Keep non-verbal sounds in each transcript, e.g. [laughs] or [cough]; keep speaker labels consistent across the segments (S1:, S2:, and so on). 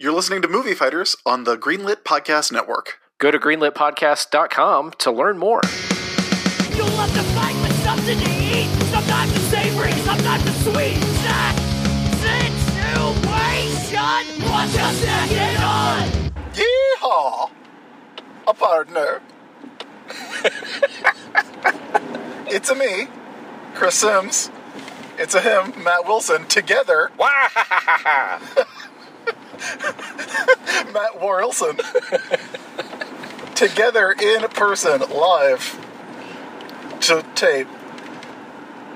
S1: You're listening to Movie Fighters on the Greenlit Podcast Network.
S2: Go to greenlitpodcast.com to learn more.
S3: You love to fight with something to eat. Sometimes it's savory, sometimes it's sweet. That situation. Watch us act it on.
S4: Yeehaw! A partner. [laughs] it's a me, Chris Sims. It's a him, Matt Wilson. Together, Matt Wilson. Together in person, live to tape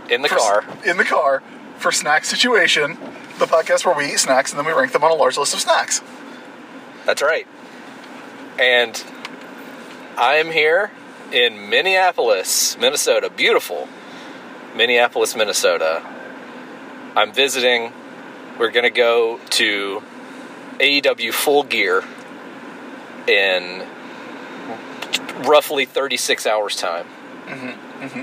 S5: in the
S4: for-
S5: car.
S4: in the car for Snack Situation, the podcast where we eat snacks and then we rank them on a large list of snacks.
S5: That's right. And I am here in Minneapolis, Minnesota. Beautiful Minneapolis, Minnesota. I'm visiting. We're going to go to AEW Full Gear in roughly 36 hours' time. Mm-hmm.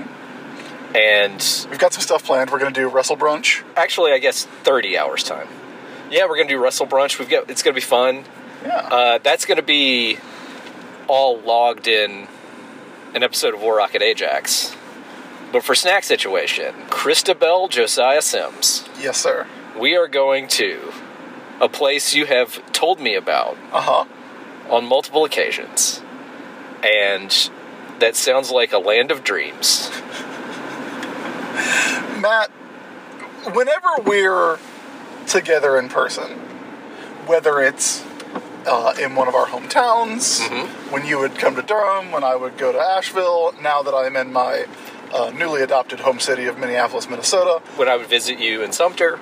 S5: And
S4: We've got some stuff planned. We're going to do Wrestle Brunch.
S5: actually, I guess 30 hours time. Yeah, we're gonna do Russell brunch. We've got it's gonna be fun.
S4: Yeah.
S5: Uh, that's gonna be all logged in an episode of War Rocket Ajax. But for snack situation, Christabel Josiah Sims,
S4: yes, sir.
S5: we are going to a place you have told me about
S4: Uh huh.
S5: on multiple occasions, and that sounds like a land of dreams.
S4: Matt, whenever we're together in person, whether it's uh, in one of our hometowns, when you would come to Durham, when I would go to Asheville, now that I'm in my uh, newly adopted home city of Minneapolis, Minnesota.
S5: When I would visit you in Sumter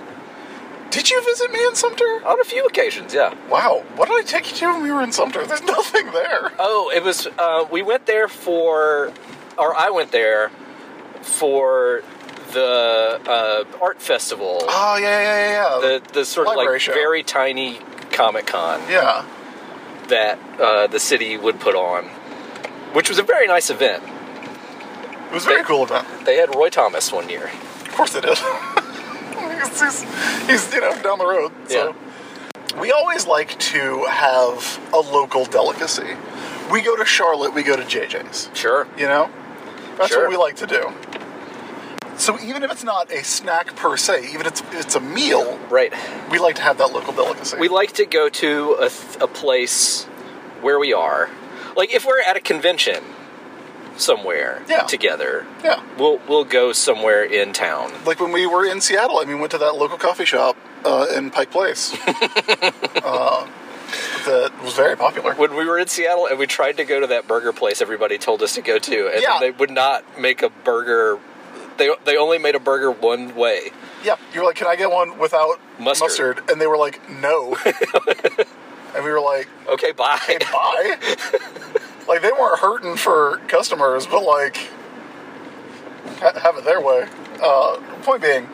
S4: Did you visit me in Sumter?
S5: on a few occasions, yeah.
S4: Wow, what did I take you to when we were in Sumter? There's [laughs] nothing there.
S5: Oh, it was. Uh, we went there for, or I went there for the uh, art festival.
S4: Oh, yeah, yeah, yeah, yeah.
S5: The the sort of
S4: Library
S5: like
S4: show.
S5: very tiny Comic Con
S4: yeah.
S5: that uh, the city would put on, which was a very nice event.
S4: It was a very cool event.
S5: They had Roy Thomas one year.
S4: Of course it is. [laughs] he's, he's, he's, you know, down the road. So. We always like to have a local delicacy. We go to Charlotte, we go to JJ's.
S5: Sure.
S4: You know? That's
S5: Sure.
S4: what we like to do. So even if it's not a snack per se, even if it's, it's a meal,
S5: Right.
S4: we like to have that local delicacy.
S5: We like to go to a, th- a place where we are, like if we're at a convention somewhere
S4: Yeah.
S5: together.
S4: yeah.
S5: We'll we'll go somewhere in town.
S4: Like when we were in Seattle, I mean, went to that local coffee shop uh, in Pike Place uh, that was very popular.
S5: when we were in Seattle and we tried to go to that burger place everybody told us to go to, and
S4: Yeah.
S5: they would not make a burger. They they only made a burger one way.
S4: Yeah, you were like, "Can I get one without mustard?"
S5: Mustard.
S4: And they were like, "No." and we were like,
S5: Okay, bye. [laughs]
S4: "Bye." like they weren't hurting for customers, but like, ha- have it their way. Uh, point being,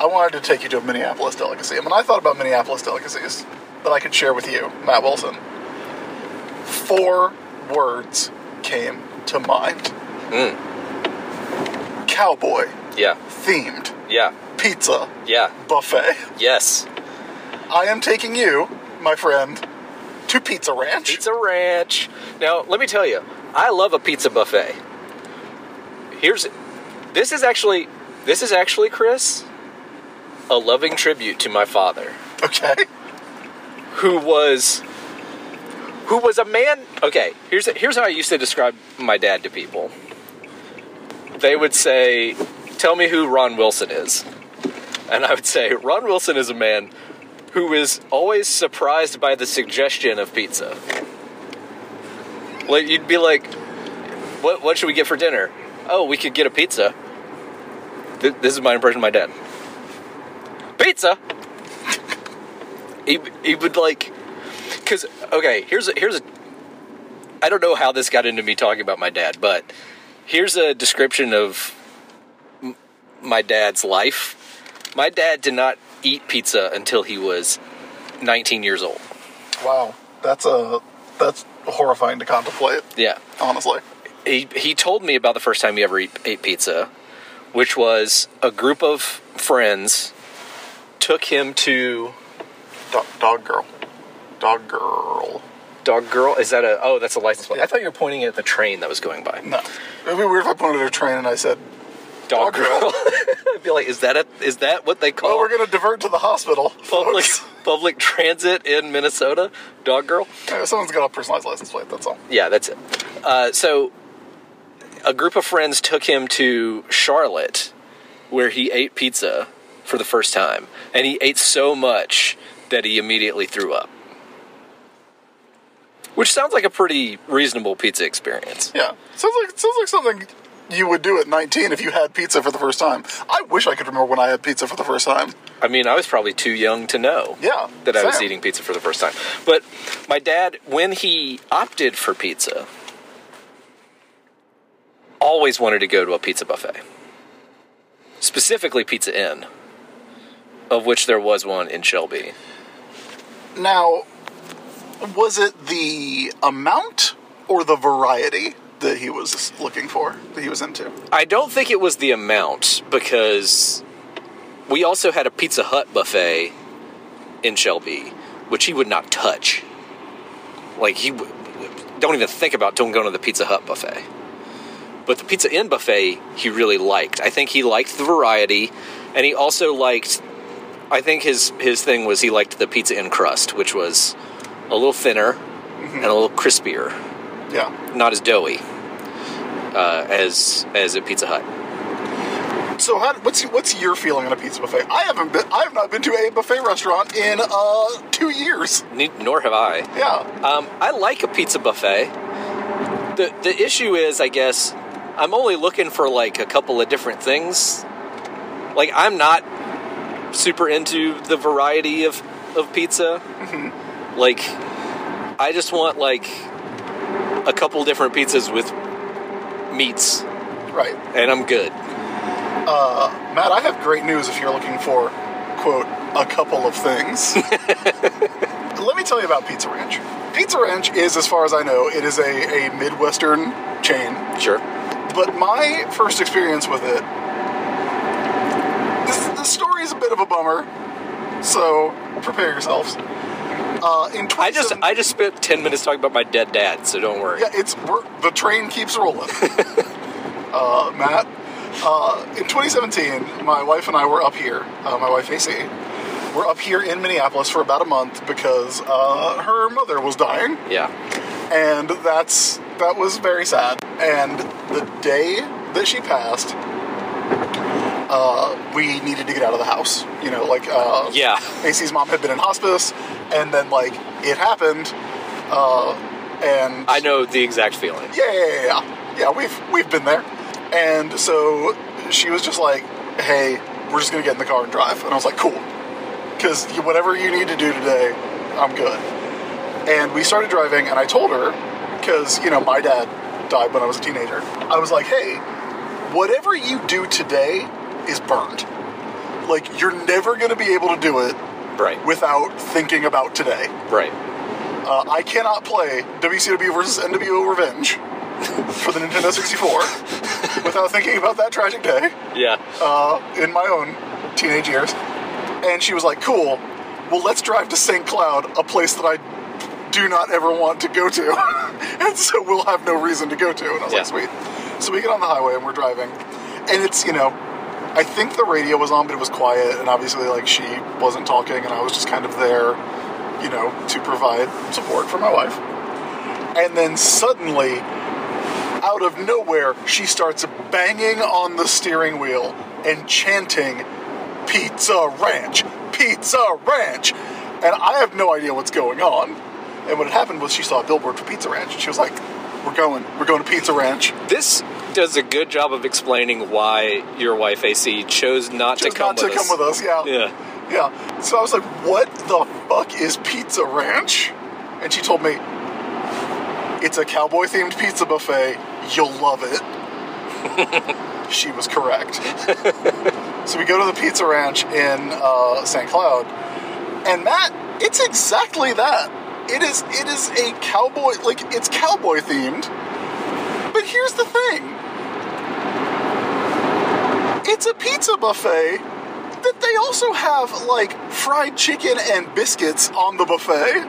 S4: I wanted to take you to a Minneapolis delicacy. And when I thought about Minneapolis delicacies that I could share with you, Matt Wilson, four words came to mind: cowboy
S5: yeah,
S4: themed
S5: yeah,
S4: pizza
S5: yeah.
S4: buffet.
S5: Yes,
S4: I am taking you, my friend, to Pizza Ranch.
S5: Pizza Ranch. Now let me tell you, I love a pizza buffet. Here's this is actually this is actually Chris a loving tribute to my father.
S4: Okay.
S5: who was who was a man okay here's here's how i used to describe my dad to people they would say tell me who ron wilson is and i would say ron wilson is a man who is always surprised by the suggestion of pizza like you'd be like what what should we get for dinner oh we could get a pizza Th- this is my impression of my dad pizza he, he would like because okay here's a here's a i don't know how this got into me talking about my dad but here's a description of m- my dad's life my dad did not eat pizza until he was 19 years old
S4: Wow, that's a that's horrifying to contemplate.
S5: yeah
S4: Honestly,
S5: he, he told me about the first time he ever eat, ate pizza, which was a group of friends took him to
S4: dog, dog girl. Dog girl.
S5: Dog girl? Is that a? Oh, that's a license plate. I thought you were pointing at the train that was going by.
S4: No. It'd be weird if I pointed at a train and I said, Dog
S5: Dog, girl. [laughs]
S4: girl.
S5: I'd be like, is that a? Is that what they call
S4: "Oh, we're going to divert to the hospital."
S5: public
S4: folks."
S5: [laughs] public transit in Minnesota? Dog girl.
S4: [laughs] Yeah, Someone's got a personalized license plate. That's all.
S5: Yeah, that's it. Uh, so, a group of friends took him to Charlotte, where he ate pizza for the first time, and he ate so much that he immediately threw up. Which sounds like a pretty reasonable pizza experience.
S4: Yeah, sounds like sounds like something you would do at 19 if you had pizza for the first time. I wish I could remember when I had pizza for the first time.
S5: I mean, I was probably too young to know
S4: Yeah,
S5: that I was
S4: same.
S5: eating pizza for the first time. But my dad, when he opted for pizza, always wanted to go to a pizza buffet, specifically Pizza Inn, of which there was one in Shelby.
S4: Now, was it the amount or the variety that he was looking for that he was into?
S5: I don't think it was the amount because we also had a Pizza Hut buffet in Shelby, which he would not touch. Like he w- w- don't even think about don't going to the Pizza Hut buffet. But the Pizza Inn buffet he really liked. I think he liked the variety, and he also liked. I think his his thing was he liked the Pizza Inn crust, which was a little thinner and a little crispier
S4: Yeah.
S5: not as doughy uh, as as at Pizza Hut.
S4: So, how, what's what's your feeling on a pizza buffet? I haven't been. I have not been to a buffet restaurant in uh two years.
S5: Ne- Nor have I.
S4: Yeah.
S5: Um, I like a pizza buffet. the The issue is, I guess, I'm only looking for like a couple of different things. Like I'm not super into the variety of of pizza. Like I just want like a couple different pizzas with meats,
S4: Right.
S5: and I'm good.
S4: Matt, I have great news if you're looking for, quote, a couple of
S5: [laughs]
S4: things. Let me tell you about Pizza Ranch. Pizza Ranch is, as far as I know, it is a, a Midwestern chain.
S5: Sure.
S4: But my first experience with it, this, this story is a bit of a bummer, so prepare yourselves. Uh, in
S5: I just
S4: 2017
S5: I just spent ten minutes talking about my dead dad, so don't worry.
S4: yeah, it's we're, the train keeps rolling. uh, Matt, uh, in 2017, my wife and I were up here. Uh, my wife AC, we're up here in Minneapolis for about a month because uh, her mother was dying,
S5: Yeah.
S4: and that's that was very sad. And the day that she passed, uh, we needed to get out of the house. You know, like uh,
S5: Yeah.
S4: AC's mom had been in hospice, and then like it happened, uh, and
S5: I know the exact feeling.
S4: yeah, yeah, yeah, yeah. Yeah, we've we've been there. And so she was just like, "Hey, we're just gonna get in the car and drive." And I was like, "Cool," because whatever you need to do today, I'm good. And we started driving, and I told her, because you know my dad died when I was a teenager. I was like, "Hey, whatever you do today is burned. Like you're never gonna be able to do it
S5: Right.
S4: without thinking about today."
S5: Right.
S4: Uh, I cannot play WCW versus NWO Revenge for the Nintendo 64 without thinking about that tragic day
S5: Yeah.
S4: uh, in my own teenage years. And she was like, cool, well, let's drive to St. Cloud, a place that I do not ever want to [laughs] go to. and so we'll have no reason to go to. And I was like,
S5: Yeah.
S4: sweet. So we get on the highway and we're driving. And it's, you know, I think the radio was on, but it was quiet. And obviously, like, she wasn't talking, and I was just kind of there, you know, to provide support for my wife. And then suddenly, out of nowhere, she starts banging on the steering wheel and chanting, Pizza Ranch! Pizza Ranch! And I have no idea what's going on. And what had happened was she saw a billboard for Pizza Ranch and she was like, We're going, we're going to Pizza Ranch.
S5: This does a good job of explaining why your wife AC chose not
S4: Just
S5: to come
S4: not to
S5: with us.
S4: come with us, yeah.
S5: Yeah.
S4: [laughs] Yeah. So I was like, what the fuck is Pizza Ranch? And she told me, it's a cowboy themed pizza buffet. You'll love it. she was correct. so we go to the Pizza Ranch in uh, St. Cloud. And Matt, it's exactly that. It is it is a cowboy like it's cowboy themed. But here's the thing. It's a pizza buffet that they also have like fried chicken and biscuits on the buffet.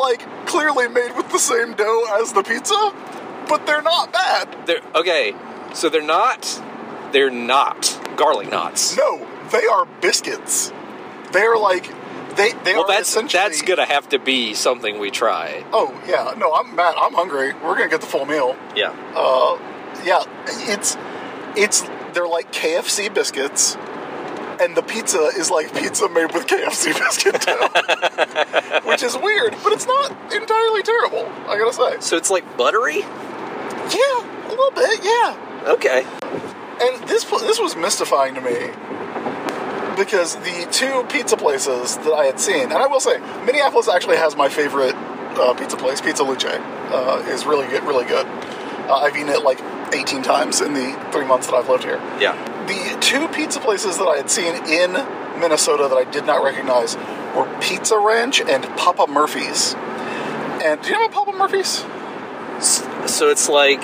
S4: like clearly made with the same dough as the pizza, but they're not bad.
S5: They're, okay, so they're not. They're not garlic knots.
S4: No, they are biscuits. They are like they they
S5: well,
S4: are
S5: that's
S4: essentially
S5: that's gonna have to be something we try.
S4: Oh yeah, no, I'm mad. I'm hungry. We're gonna get the full meal.
S5: Yeah.
S4: Uh, yeah, it's it's they're like KFC biscuits, and the pizza is like pizza made with KFC [laughs] biscuit dough, which is weird, but it's not entirely terrible. I gotta say,
S5: So it's like buttery.
S4: yeah, a little bit, yeah.
S5: Okay.
S4: And this pl- this was mystifying to me because the two pizza places that I had seen, and I will say, Minneapolis actually has my favorite uh, pizza place, Pizza Luce, uh, is really good, really good. Uh, I've eaten it like 18 times in the three months that I've lived here.
S5: Yeah.
S4: The two pizza places that I had seen in Minnesota that I did not recognize were Pizza Ranch and Papa Murphy's. And do you know Papa Murphy's?
S5: So it's like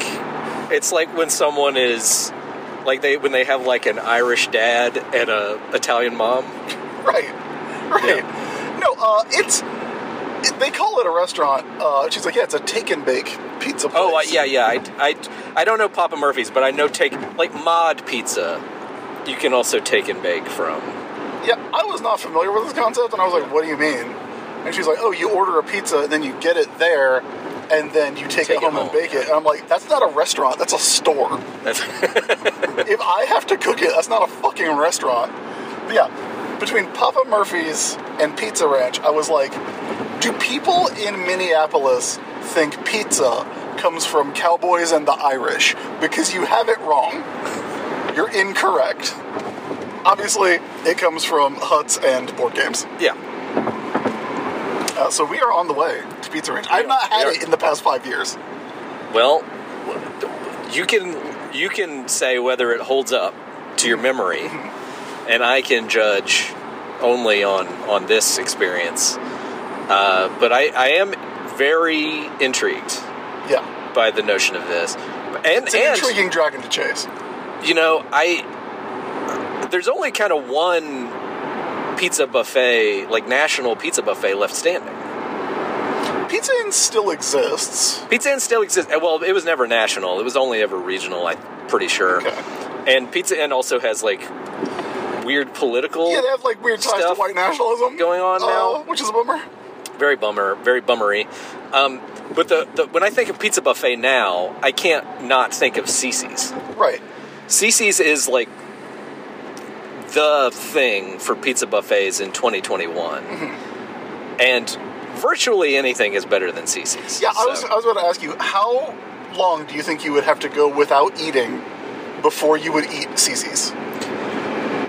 S5: it's like when someone is like they when they have like an Irish dad and a Italian mom.
S4: Right, [laughs] right. No, uh, it's it, they call it a restaurant. Uh, she's like, yeah, it's a take and bake pizza place.
S5: Oh I, yeah, yeah. I, I, I don't know Papa Murphy's, but I know take like Mod Pizza. You can also take and bake from. [laughs]
S4: Yeah, I was not familiar with this concept, and I was like, "What do you mean?" And she's like, "Oh, you order a pizza, and then you get it there, and then you take,
S5: Take
S4: it
S5: it
S4: home, and
S5: home.
S4: bake it." And I'm like, "That's not a restaurant. That's a store.
S5: That's
S4: if I have to cook it, that's not a fucking restaurant." But yeah, between Papa Murphy's and Pizza Ranch, I was like, "Do people in Minneapolis think pizza comes from cowboys and the Irish?" Because you have it wrong. You're incorrect. Obviously, it comes from huts and board games.
S5: yeah.
S4: Uh, so we are on the way to Pizza Ranch. I've not had
S5: We are.
S4: it in the past five years.
S5: Well, you can you can say whether it holds up to
S4: [laughs]
S5: your memory, and I can judge only on on this experience. Uh, but I, I am very intrigued
S4: Yeah,
S5: by the notion of this, and
S4: it's an
S5: and
S4: intriguing dragon to chase.
S5: you know, I there's only kind of one pizza buffet, like national pizza buffet, left standing.
S4: Pizza Inn still exists.
S5: Pizza Inn still exists. Well, it was never national; it was only ever regional. I'm pretty sure.
S4: Okay.
S5: And Pizza Inn also has like weird political.
S4: Yeah, they have like weird ties to
S5: Stuff
S4: white nationalism
S5: going on
S4: uh,
S5: now.
S4: which is a bummer.
S5: very bummer, very bummery. Um, but the, the when I think of pizza buffet now, I can't not think of Cece's.
S4: Right.
S5: Cece's is like the thing for pizza buffets in 2021, and virtually anything is better than Cece's.
S4: Mm-hmm. Yeah, I was uh,
S5: So-
S4: I was about to ask you how long do you think you would have to go without eating before you would eat Cece's?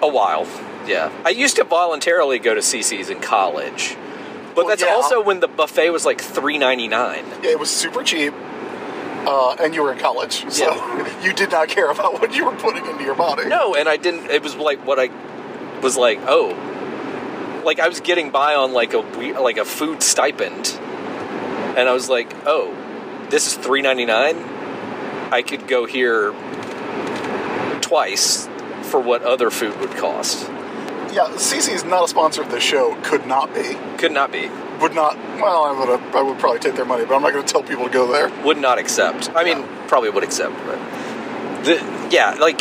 S5: a while. Yeah, I used to voluntarily go to CC's in college, but
S4: Well,
S5: that's
S4: yeah.
S5: also when the buffet was like three ninety nine.
S4: Yeah, it was super cheap. Uh, and you were in college, so [laughs]
S5: Yeah.
S4: you did not care about what you were putting into your body.
S5: No, and I didn't. It was like what I was like. Oh, like I was getting by on like a we- like a food stipend, and I was like, oh, this is three ninety nine. I could go here twice for what other food would cost.
S4: Yeah, Cece's not a sponsor of this show. Could not be.
S5: Could not be.
S4: would not. Well, I would. I would probably take their money, but I'm not going to tell people to go there.
S5: would not accept. I mean, probably would accept, but the yeah, like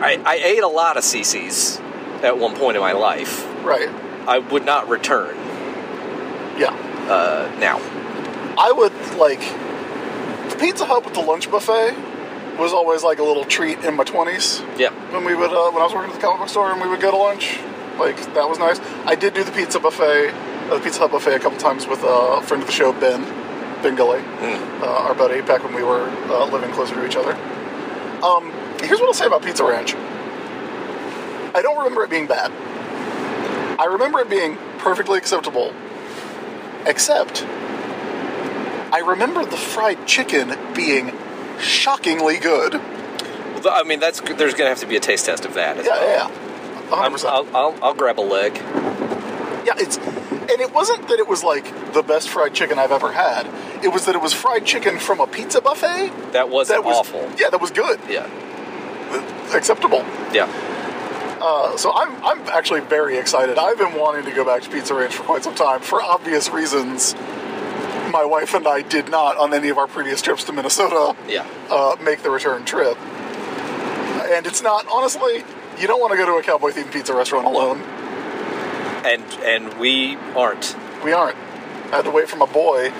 S5: I I ate a lot of CC's at one point in my life.
S4: Right.
S5: I would not return
S4: Yeah.
S5: uh, now.
S4: I would like the Pizza Hut with the lunch buffet was always like a little treat in my twenties
S5: Yeah,
S4: when we would uh, when I was working at the comic book store and we would go to lunch. Like that was nice. I did do the pizza buffet, uh, the Pizza Hut buffet, a couple times with uh, a friend of the show, Ben, Ben Gully, uh, our buddy, back when we were uh, living closer to each other. Um, here's what I'll say about Pizza Ranch. I don't remember it being bad. I remember it being perfectly acceptable, except I remember the fried chicken being shockingly good.
S5: Well, I mean that's there's gonna have to be a taste test of that. as
S4: Yeah,
S5: well.
S4: yeah, yeah. 100%.
S5: I'm, I'll, I'll I'll grab a leg.
S4: Yeah, it's and it wasn't that it was like the best fried chicken I've ever had. It was that it was fried chicken from a pizza buffet.
S5: That was
S4: that was
S5: awful.
S4: Yeah, that was good,
S5: Yeah,
S4: acceptable.
S5: yeah.
S4: Uh, so I'm, I'm actually very excited. I've been wanting to go back to Pizza Ranch for quite some time for obvious reasons. My wife and I did not, on any of our previous trips to Minnesota,
S5: Yeah.
S4: uh, make the return trip. And it's not, honestly, you don't want to go to a cowboy themed pizza restaurant alone.
S5: And and we aren't.
S4: We aren't. I had to wait for my boy,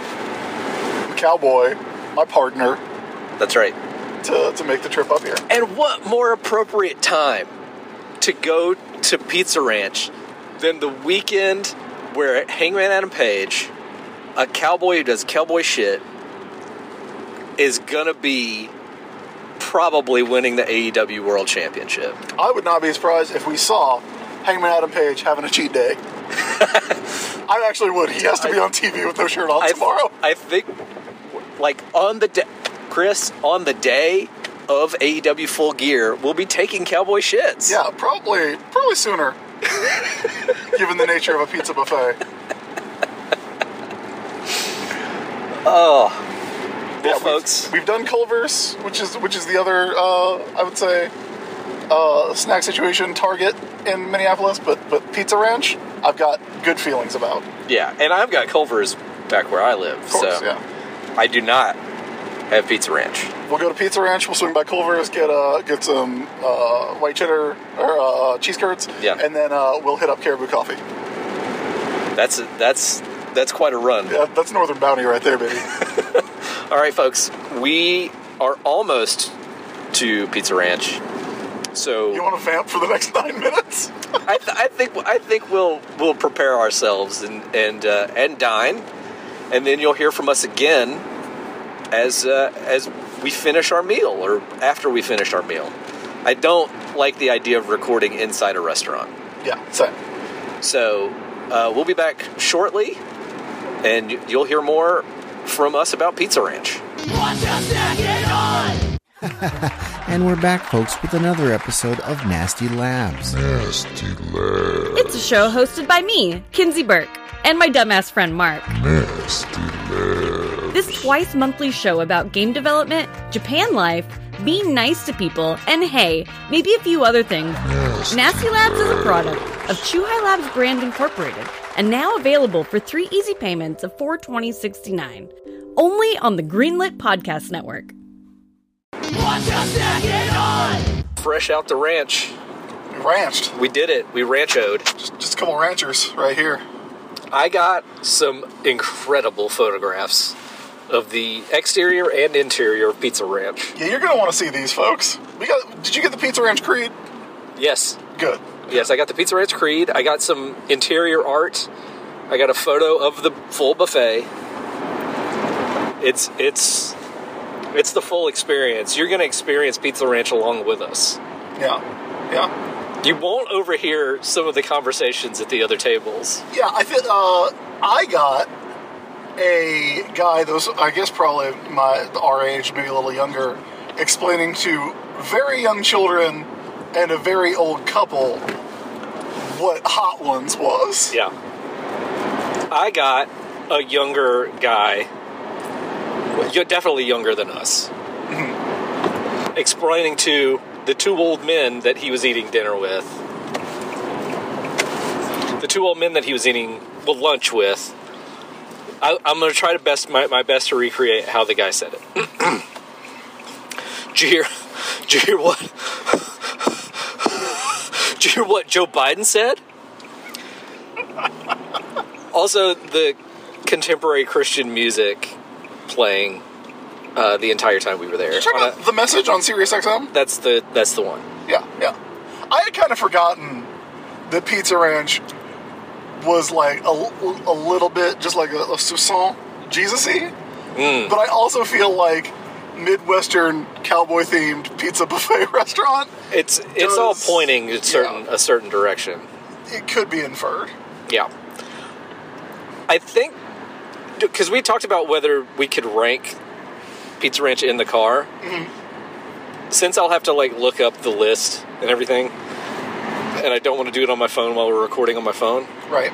S4: cowboy, my partner,
S5: That's right.
S4: to, to make the trip up here.
S5: And what more appropriate time to go to Pizza Ranch than the weekend where Hangman Adam Page, a cowboy who does cowboy shit, is gonna be probably winning the AEW World Championship.
S4: I would not be surprised if we saw Hangman Adam Page having a cheat
S5: [laughs]
S4: day. I actually would. He has to be on TV with no shirt on
S5: I,
S4: tomorrow.
S5: I think, like on the day, Chris, on the day of AEW Full Gear, we'll be taking cowboy
S4: [laughs]
S5: shits.
S4: Yeah, probably, probably
S5: [laughs]
S4: sooner. given the nature of a pizza buffet.
S5: Oh,
S4: yeah,
S5: well,
S4: we've-
S5: folks.
S4: We've, done Culver's, which is which is the other uh, I would say uh, snack situation target in Minneapolis, but but Pizza Ranch, I've got good feelings about. Of
S5: Yeah, and I've got Culver's back where I live,
S4: course,
S5: so
S4: yeah.
S5: I do not have Pizza Ranch.
S4: We'll go to Pizza Ranch. We'll swing by Culver's, get uh, get some uh, white cheddar or uh, cheese curds,
S5: Yeah.
S4: and then uh, we'll hit up Caribou Coffee.
S5: That's that's that's quite a run.
S4: Yeah, that's Northern Bounty right there, baby.
S5: All right, folks, we are almost to Pizza Ranch, so
S4: you want to vamp for the next [laughs] nine minutes?
S5: I, th- I think I think we'll we'll prepare ourselves and and uh, and dine, and then you'll hear from us again as uh, as we finish our meal or after we finish our meal. I don't like the idea of recording inside a restaurant,
S4: yeah, same.
S5: so uh, we'll be back shortly, and y- you'll hear more from us about Pizza Ranch.
S3: Watch us now get on!
S6: And we're back, folks, with another episode of Nasty Labs.
S7: Nasty Lab.
S8: It's a show hosted by me, Kinsey Burke, and my dumbass friend Mark.
S7: Nasty Lab.
S8: This twice monthly show about game development, Japan life, being nice to people, and hey, maybe a few other things. Nasty Labs is a product of Chuhai Labs Brand Incorporated and now available for three easy payments of four twenty sixty nine, only on the Greenlit Podcast Network.
S3: Watch us now get on!
S5: Fresh out the ranch,
S4: We ranched.
S5: we did it. We ranchoed.
S4: Just, just a couple ranchers right here.
S5: I got some incredible photographs of the exterior and interior of Pizza Ranch.
S4: Yeah, you're gonna want to see these folks. We got. Did you get the Pizza Ranch Creed?
S5: Yes,
S4: Good.
S5: yes, I got the Pizza Ranch Creed. I got some interior art. I got a photo of the full buffet. It's it's it's the full experience. You're going to experience Pizza Ranch along with us.
S4: Yeah. Yeah.
S5: You won't overhear some of the conversations at the other tables.
S4: Yeah. I think uh, I got a guy that was, I guess, probably my our age, maybe a little younger, explaining to very young children and a very old couple what Hot Ones was.
S5: Yeah. I got a younger guy, you're definitely younger than us, explaining to the two old men that he was eating dinner with, the two old men that he was eating well, lunch with. I, I'm going to try to best my, my best to recreate how the guy said it. [clears throat] Did you hear? Did you hear what? [laughs] Did you hear what Joe Biden said? also the contemporary Christian music playing uh, the entire time we were there.
S4: You talking
S5: On a-
S4: about the message on Sirius XM?
S5: that's the that's the one.
S4: Yeah, yeah. I had kind of forgotten that Pizza Ranch was like a, a little bit just like a, a Sousson Jesus y. But I also feel like Midwestern cowboy themed pizza [laughs] buffet restaurant,
S5: It's it's all
S4: Does-
S5: pointing in certain
S4: yeah.
S5: a certain direction.
S4: it could be inferred.
S5: Yeah, I think because we talked about whether we could rank Pizza Ranch in the car. Since I'll have to like look up the list and everything, and I don't want to do it on my phone while we're recording on my phone.
S4: Right.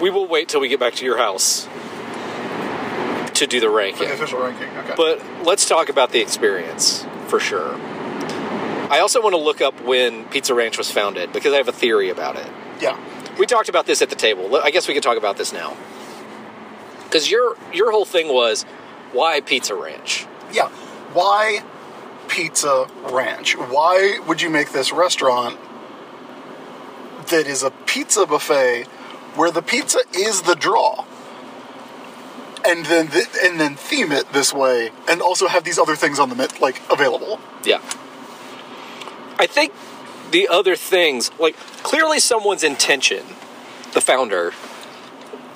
S5: We will wait till we get back to your house to do the
S4: For the
S5: ranking.
S4: official ranking. Okay.
S5: But let's talk about the experience for sure. I also want to look up when Pizza Ranch was founded because I have a theory about it.
S4: Yeah.
S5: We talked about this at the table. I guess we could talk about this now. Because your your whole thing was why Pizza Ranch?
S4: Yeah. Why Pizza Ranch? Why would you make this restaurant that is a pizza buffet where the pizza is the draw? And then th- and then theme it this way and also have these other things on the menu like available.
S5: Yeah. I think the other things, like clearly someone's intention, the founder,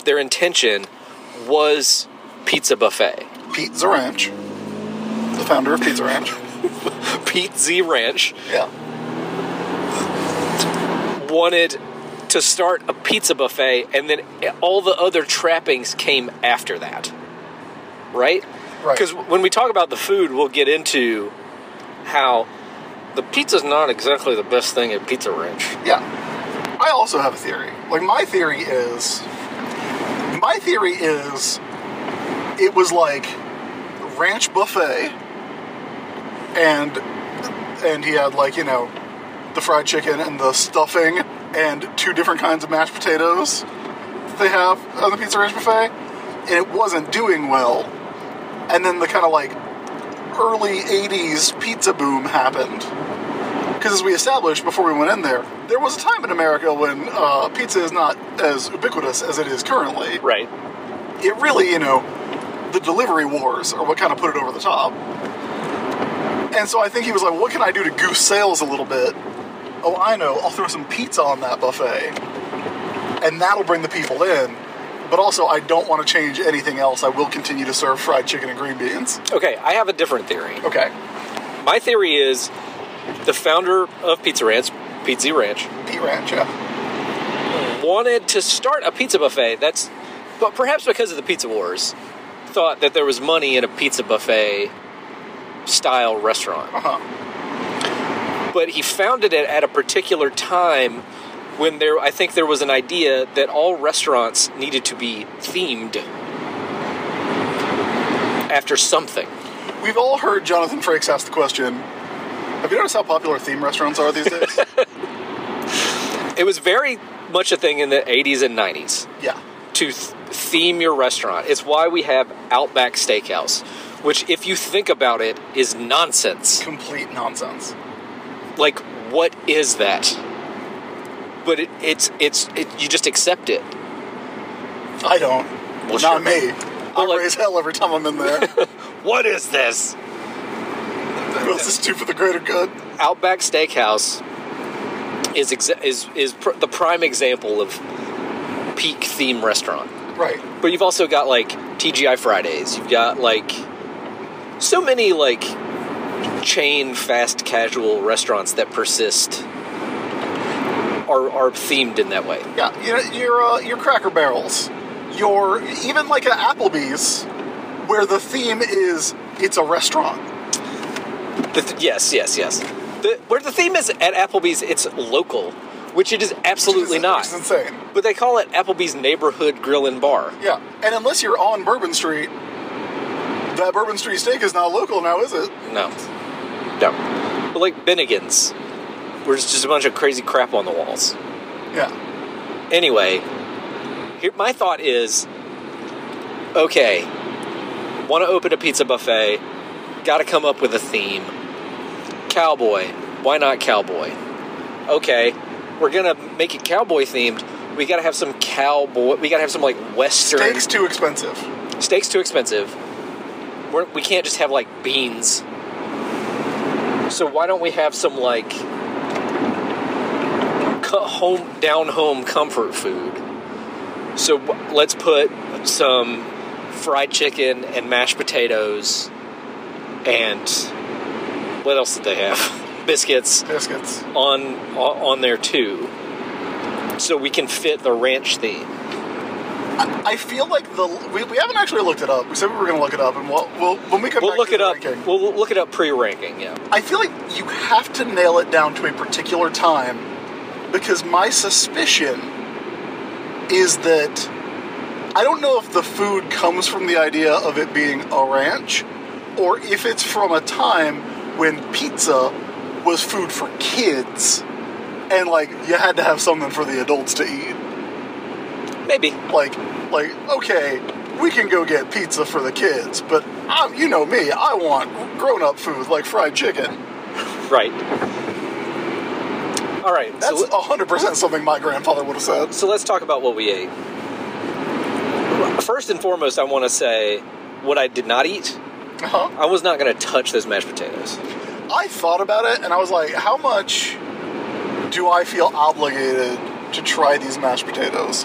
S5: their intention was pizza buffet.
S4: Pizza Ranch. The founder of Pizza Ranch.
S5: Pete Z Ranch
S4: Yeah.
S5: wanted to start a pizza buffet and then all the other trappings came after that. Right?
S4: Right.
S5: Cuz when we talk about the food, we'll get into how the pizza's not exactly the best thing at Pizza Ranch.
S4: Yeah. I also have a theory. Like my theory is my theory is it was like ranch buffet and and he had like, you know, the fried chicken and the stuffing and two different kinds of mashed potatoes that they have on the pizza ranch buffet. And it wasn't doing well. And then the kind of like early 80s pizza boom happened. Because as we established before we went in there, there was a time in America when uh, pizza is not as ubiquitous as it is currently.
S5: Right.
S4: It really, you know, the delivery wars are what kind of put it over the top. And so I think he was like, what can I do to goose sales a little bit? Oh, I know, I'll throw some pizza on that buffet. And that'll bring the people in. But also, I don't want to change anything else. I will continue to serve fried chicken and green beans.
S5: Okay, I have a different theory.
S4: Okay.
S5: My theory is the founder of Pizza Ranch, Pizza Ranch,
S4: Pea ranch, yeah.
S5: wanted to start a pizza buffet. That's, but perhaps because of the pizza wars, thought that there was money in a pizza buffet style restaurant.
S4: Uh-huh.
S5: But he founded it at a particular time when there, I think there was an idea that all restaurants needed to be themed after something.
S4: We've all heard Jonathan Frakes ask the question Have you noticed how popular theme restaurants are these
S5: [laughs]
S4: days?
S5: It was very much a thing in the 80s and 90s.
S4: yeah.
S5: to th- theme your restaurant. It's why we have Outback Steakhouse, which, if you think about it, is nonsense.
S4: Complete nonsense.
S5: Like, what is that? But it, it's it's it, you just accept it.
S4: I don't.
S5: Well, sure.
S4: Not me.
S5: Well,
S4: I
S5: like-
S4: raise hell every time I'm in there.
S5: [laughs] What is this?
S4: What's this do for the greater good?
S5: Outback Steakhouse is exa- is is pr- the prime example of peak theme restaurant.
S4: Right.
S5: But you've also got like TGI Fridays. You've got like so many like chain fast casual restaurants that persist are are themed in that way.
S4: Yeah. Your your, uh, your Cracker Barrels. Your even like an Applebee's, where the theme is it's a restaurant.
S5: The th- yes, yes, yes. The, where the theme is at Applebee's, it's local, which it is absolutely
S4: Which is-
S5: not.
S4: Which is insane.
S5: But they call it Applebee's neighborhood grill and bar.
S4: Yeah. And unless you're on Bourbon Street, that Bourbon Street steak is not local now, is it?
S5: No, no. But like Bennigan's, where it's just a bunch of crazy crap on the walls.
S4: Yeah.
S5: anyway, here, my thought is okay, want to open a pizza buffet, got to come up with a theme. Cowboy. Why not cowboy? Okay, we're going to make it cowboy themed. We got to have some cowboy, we got to have some like western
S4: Steak's too expensive.
S5: steaks too expensive. We're, we can't just have like beans. So why don't we have some like co- home down home comfort food? So w- let's put some fried chicken and mashed potatoes and what else did they have? [laughs] Biscuits
S4: Biscuits.
S5: on on there too. So we can fit the ranch theme.
S4: I feel like the we, we haven't actually looked it up. We said we were going to look it up, and we'll, we'll when we come
S5: We'll
S4: back
S5: look
S4: to
S5: it
S4: the
S5: up.
S4: ranking-
S5: We'll we'll look it up pre-ranking, yeah.
S4: I feel like you have to nail it down to a particular time because my suspicion is that I don't know if the food comes from the idea of it being a ranch or if it's from a time when pizza was food for kids, and like you had to have something for the adults to eat.
S5: Maybe.
S4: Like, like okay, we can go get pizza for the kids, but I'm, you know me, I want grown-up food like fried chicken.
S5: Right. All right.
S4: That's
S5: so,
S4: hundred percent something my grandfather would have said.
S5: so let's talk about what we ate. First and foremost, I want to say what I did not eat.
S4: Uh-huh.
S5: I was not going to touch those mashed potatoes.
S4: I thought about it and I was like, how much do I feel obligated to try these mashed potatoes?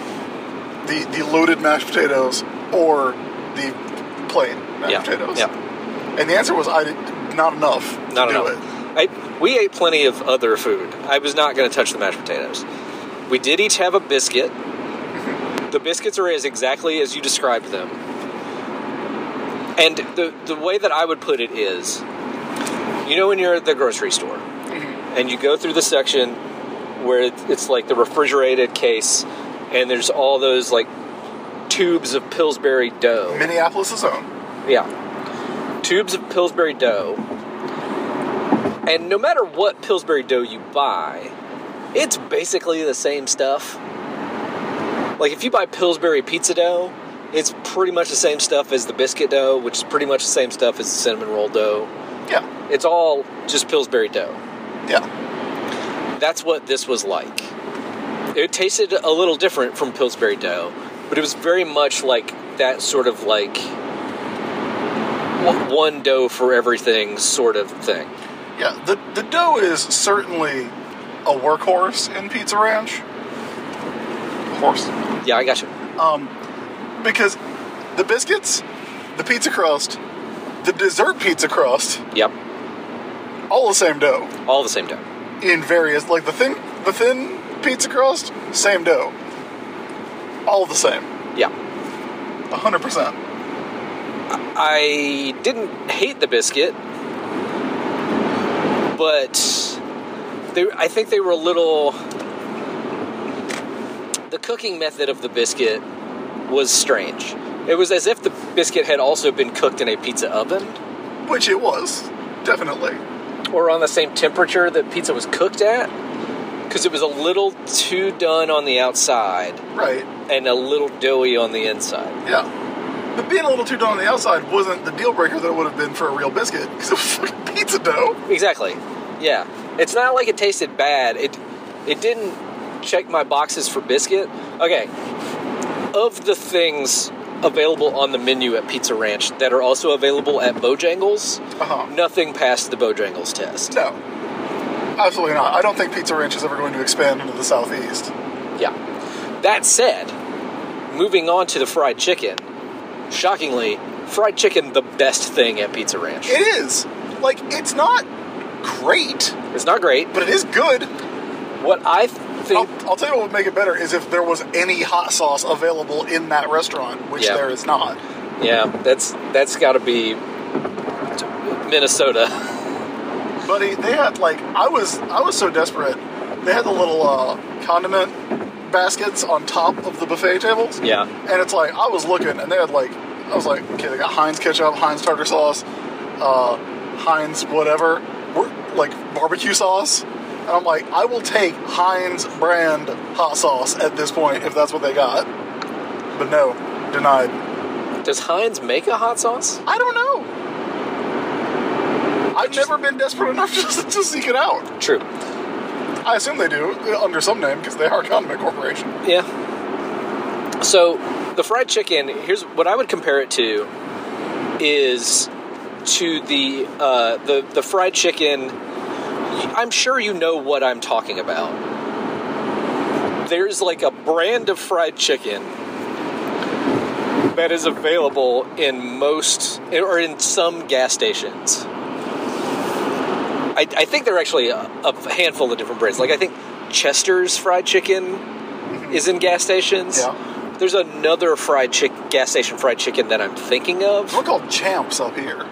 S4: The the loaded mashed potatoes or the plain mashed
S5: yeah.
S4: potatoes?
S5: Yeah.
S4: And the answer was I did not enough to
S5: Not
S4: do
S5: enough. I, we ate plenty of other food. I was not going to touch the mashed potatoes. We did each have a biscuit. The biscuits are as exactly as you described them. And the the way that I would put it is, you know, when you're at the grocery store and you go through the section where it- it's like the refrigerated case, and there's all those like tubes of Pillsbury dough.
S4: it. Minneapolis' own.
S5: Yeah. Tubes of Pillsbury dough. And no matter what Pillsbury dough you buy, it's basically the same stuff. Like if you buy Pillsbury pizza dough, it's pretty much the same stuff as the biscuit dough, which is pretty much the same stuff as the cinnamon roll dough.
S4: Yeah.
S5: It's all just Pillsbury dough.
S4: Yeah.
S5: That's what this was like. It tasted a little different from Pillsbury dough, but it was very much like that sort of like w- one dough for everything sort of thing.
S4: Yeah. The the dough is certainly a workhorse in Pizza Ranch. Horse. Um,
S5: Yeah, I got you.
S4: Because the biscuits, the pizza crust, the dessert pizza crust,
S5: Yep,
S4: all the same dough.
S5: all the same dough.
S4: in various like the thin the thin pizza crust, same dough. All the same.
S5: Yeah,
S4: hundred percent.
S5: I didn't hate the biscuit, but they, I think they were a little. The cooking method of the biscuit was strange. It was as if the biscuit had also been cooked in a pizza oven,
S4: Which it was. Definitely.
S5: or on the same temperature that pizza was cooked at, because it was a little too done on the outside
S4: Right.
S5: and a little doughy on the inside.
S4: Yeah. But being a little too done on the outside wasn't the deal breaker that it would have been for a real biscuit, because it was [laughs] fucking pizza dough.
S5: Exactly. Yeah. It's not like it tasted bad. It it didn't check my boxes for biscuit. Okay. Of the things available on the menu at Pizza Ranch that are also available at Bojangles,
S4: Uh-huh.
S5: nothing passed the Bojangles test.
S4: No. Absolutely not. I don't think Pizza Ranch is ever going to expand into the southeast.
S5: Yeah. That said, moving on to the fried chicken, shockingly, fried chicken the best thing at Pizza Ranch.
S4: It is. Like, it's not great,
S5: It's not great.
S4: but it is good.
S5: What I think
S4: I'll, I'll tell you what would make it better is if there was any hot sauce available in that restaurant, which
S5: Yeah.
S4: there is not.
S5: Yeah, that's that's got to be Minnesota.
S4: Buddy, they had like I was I was so desperate. They had the little uh, condiment baskets on top of the buffet tables.
S5: Yeah.
S4: and it's like I was looking, and they had like I was like, okay, they got Heinz ketchup, Heinz tartar sauce, uh, Heinz whatever, we're- like barbecue sauce. And I'm like, I will take Heinz brand hot sauce at this point if that's what they got. But no, denied.
S5: Does Heinz make a hot sauce?
S4: I don't know. I've never been desperate enough [laughs] to, to seek it out.
S5: True.
S4: I assume they do uh, under some name because they are a condiment corporation.
S5: Yeah. So the fried chicken. Here's what I would compare it to is to the uh, the the fried chicken. I'm sure you know what I'm talking about. There's like a brand of fried chicken that is available in most or in some gas stations. I, I think there are actually a, a handful of different brands. Like I think Chester's fried chicken is in gas stations.
S4: Yeah.
S5: There's another fried chick gas station fried chicken that I'm thinking of.
S4: We're called champs up here.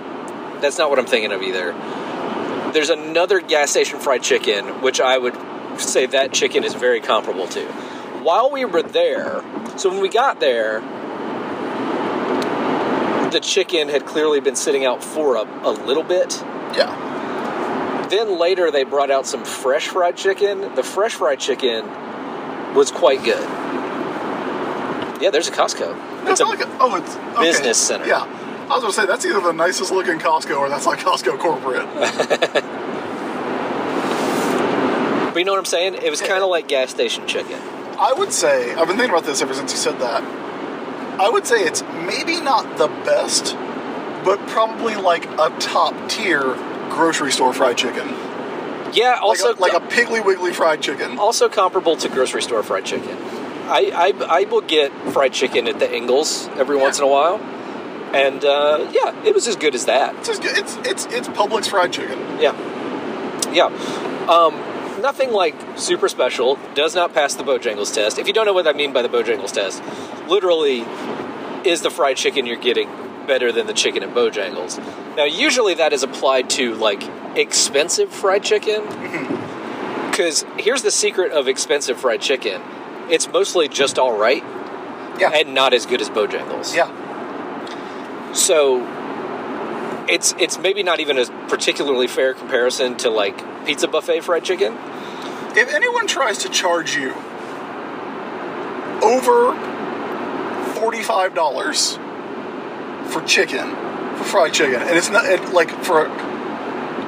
S5: That's not what I'm thinking of either. There's another gas station fried chicken, which I would say that chicken is very comparable to. While we were there, so when we got there, the chicken had clearly been sitting out for a, a little bit.
S4: Yeah.
S5: then later they brought out some fresh fried chicken. The fresh fried chicken was quite good. Yeah, there's a Costco.
S4: It's [laughs]
S5: a-
S4: not like a, oh, it's okay.
S5: business center.
S4: Yeah, I was gonna say that's either the nicest looking Costco or that's like Costco corporate.
S5: but you know what I'm saying? It was kind of like gas station chicken.
S4: I would say I've been thinking about this ever since you said that. I would say it's maybe not the best, but probably like a top tier grocery store fried chicken.
S5: Yeah, also
S4: like a, like a Piggly Wiggly fried chicken.
S5: also comparable to grocery store fried chicken. I, I, I will get fried chicken at the Ingles every once in a while, and uh, yeah, it was as good as that.
S4: It's just, good- it's it's it's Publix fried chicken.
S5: Yeah, yeah. Um, nothing like super special. Does not pass the Bojangles test. If you don't know what I mean by the Bojangles test, literally, is the fried chicken you're getting better than the chicken at Bojangles? Now, usually that is applied to like expensive fried chicken. Because here's the secret of expensive fried chicken: it's mostly just all right
S4: Yeah,
S5: and not as good as Bojangles.
S4: yeah,
S5: So it's it's maybe not even a particularly fair comparison to like pizza buffet fried chicken.
S4: if anyone tries to charge you over forty-five dollars for chicken, for fried chicken, and it's not it, like for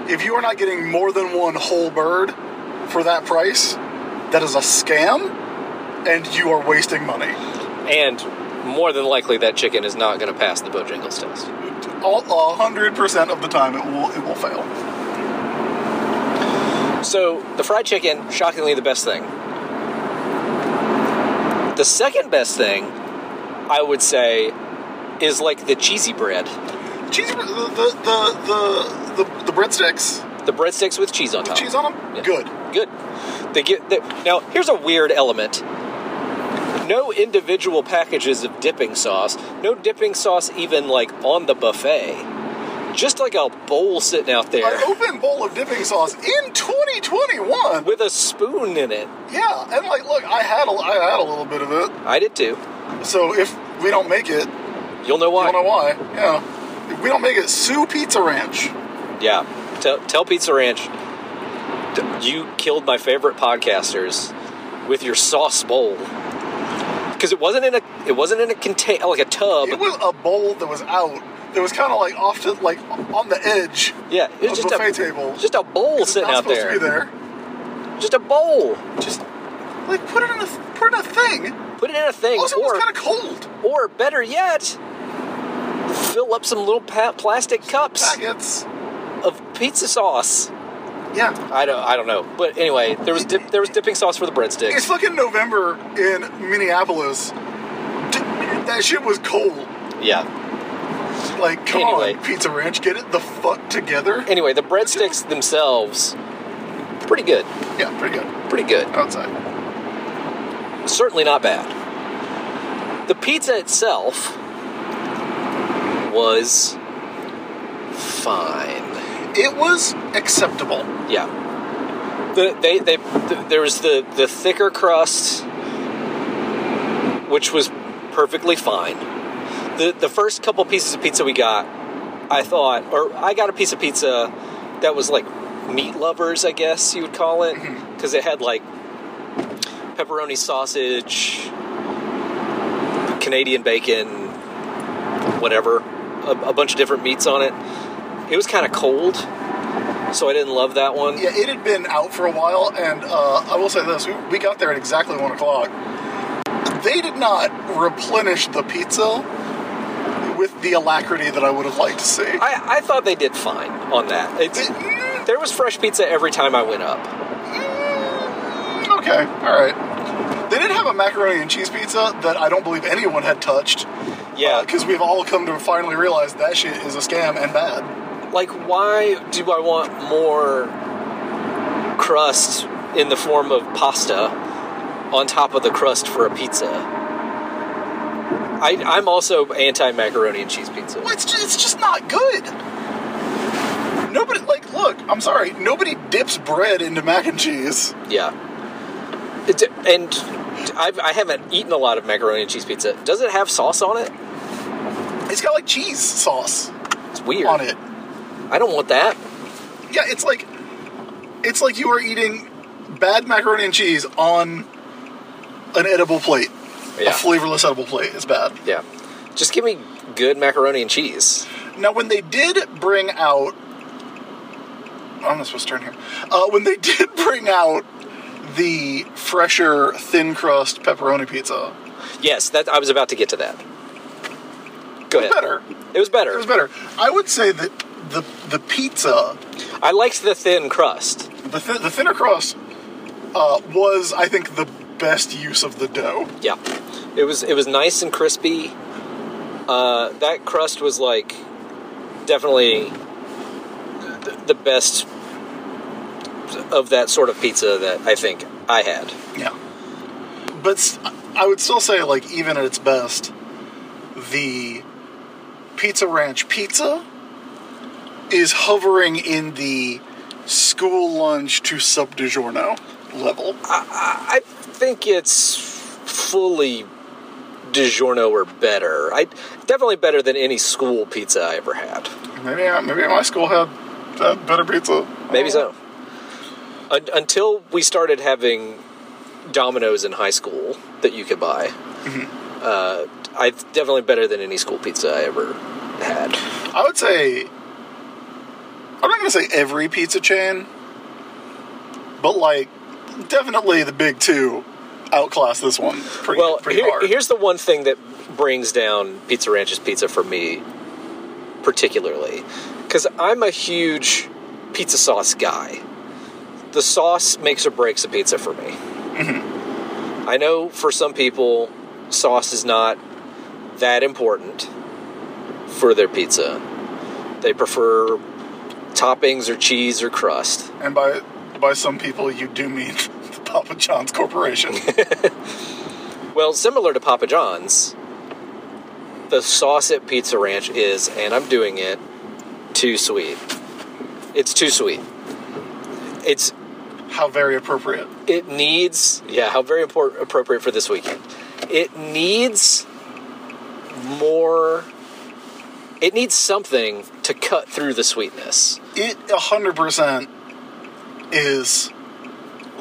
S4: if you are not getting more than one whole bird for that price, that is a scam, and you are wasting money.
S5: And more than likely that chicken is not going to pass the Bojangles test.
S4: All hundred percent of the time, it will it will fail.
S5: So the fried chicken, shockingly the best thing. The second best thing, I would say, is like the cheesy bread.
S4: Cheese, the the the the, the, the breadsticks,
S5: The breadsticks with cheese on top.
S4: cheese on them,
S5: Oh. Yeah.
S4: good.
S5: Good. They get they, now. Here's a weird element. No individual packages of dipping sauce. No dipping sauce even like on the buffet. Just like a bowl sitting out there
S4: An open bowl of dipping sauce in 2021.
S5: with a spoon in it.
S4: Yeah, and like, look, I had a, I had a little bit of it.
S5: I did too.
S4: So if we don't make it,
S5: You'll know
S4: I
S5: why.
S4: don't know why. Yeah, if we don't make it, sue Pizza Ranch.
S5: Yeah. Tell, tell Pizza Ranch, "D- you killed my favorite podcasters with your sauce bowl. Because it wasn't in a it wasn't in a contain like a tub.
S4: It was a bowl that was out. That was kind of like off to like on the edge.
S5: yeah, it was
S4: a
S5: just
S4: buffet
S5: a
S4: table.
S5: just a bowl
S4: It's
S5: sitting
S4: not
S5: out
S4: supposed
S5: there.
S4: To be there.
S5: Just a bowl.
S4: Just like put it in a put it in a thing.
S5: Put it in a thing,
S4: Also, it
S5: or
S4: was kind of cold.
S5: or better yet, fill up some little pa- plastic cups
S4: Packets.
S5: of pizza sauce.
S4: Yeah.
S5: I don't, I don't know, but anyway, there was dip, there was dipping sauce for the
S4: It's
S5: breadsticks.
S4: fucking November in Minneapolis. D- That shit was cold.
S5: Yeah.
S4: Like, come
S5: Anyway.
S4: on, Pizza Ranch, get it the fuck together.
S5: Anyway, the breadsticks themselves, pretty good,
S4: Yeah, pretty good.
S5: pretty good.
S4: Outside.
S5: Certainly not bad. The pizza itself was fine.
S4: It was acceptable.
S5: Yeah. The, they, they, th there was the, the thicker crust, which was perfectly fine. The, the first couple pieces of pizza we got, I thought, or I got a piece of pizza that was like meat lovers, I guess you would call it, because it had like pepperoni sausage, Canadian bacon, whatever, a, a bunch of different meats on it. It was kind of cold, so I didn't love that one.
S4: Yeah, it had been out for a while, and uh, I will say this we, we got there at exactly 1 o'clock. They did not replenish the pizza with the alacrity that I would have liked to see.
S5: I, I thought they did fine on that. It's,
S4: Mm,
S5: there was fresh pizza every time I went up.
S4: okay, alright. They did have a macaroni and cheese pizza that I don't believe anyone had touched.
S5: Yeah,
S4: because we've all come to finally realize that shit is a scam and bad.
S5: like why do I want more crust in the form of pasta on top of the crust for a pizza? I, I'm also anti macaroni and cheese pizza.
S4: Well, It's just, it's just not good. Nobody like look. I'm sorry. Nobody dips bread into mac and cheese.
S5: Yeah, it, and I've, I haven't eaten a lot of macaroni and cheese pizza. Does it have sauce on it?
S4: It's got like cheese sauce
S5: It's weird.
S4: on it.
S5: I don't want that.
S4: Yeah, it's like It's like you are eating bad macaroni and cheese on an edible plate.
S5: Yeah.
S4: A flavorless edible plate is bad.
S5: Yeah. Just give me good macaroni and cheese.
S4: Now, when they did bring out, I'm not supposed to turn here. Uh, when they [laughs] did bring out the fresher thin crust pepperoni pizza,
S5: Yes, that I was about to get to that. Go ahead.
S4: better.
S5: It was better.
S4: It was better. I would say that the the pizza,
S5: I liked the thin crust.
S4: the th- the thinner crust, uh, was I think the best use of the dough.
S5: Yeah, it was it was nice and crispy. Uh, that crust was like definitely th- the best of that sort of pizza that I think I had.
S4: Yeah. But s- I would still say, like, even at its best, the Pizza Ranch pizza is hovering in the school lunch to sub de giorno level.
S5: I think it's fully DiGiorno or better. I definitely better than any school pizza I ever had.
S4: Maybe, I- maybe my school had, had better pizza.
S5: Maybe so. Un- until we started having Domino's in high school that you could buy, uh, I definitely better than any school pizza I ever had.
S4: I would say, I'm not going to say every pizza chain, but, like, definitely the big two outclass this one pretty,
S5: well,
S4: pretty
S5: here-
S4: hard.
S5: here's the one thing that brings down Pizza Ranch's pizza for me, particularly, because I'm a huge pizza sauce guy. The sauce makes or breaks a pizza for me.
S4: Mm-hmm.
S5: I know for some people, sauce is not that important for their pizza. They prefer toppings or cheese or crust.
S4: And by by some people, you do mean [laughs] the Papa John's
S5: [laughs]
S4: Corporation.
S5: Well, similar to Papa John's, the sauce at Pizza Ranch is, and I'm doing it, too sweet. It's too sweet. It's
S4: How very appropriate.
S5: it needs yeah, how very important appropriate for this weekend. It needs more. It needs something to cut through the sweetness.
S4: It hundred percent is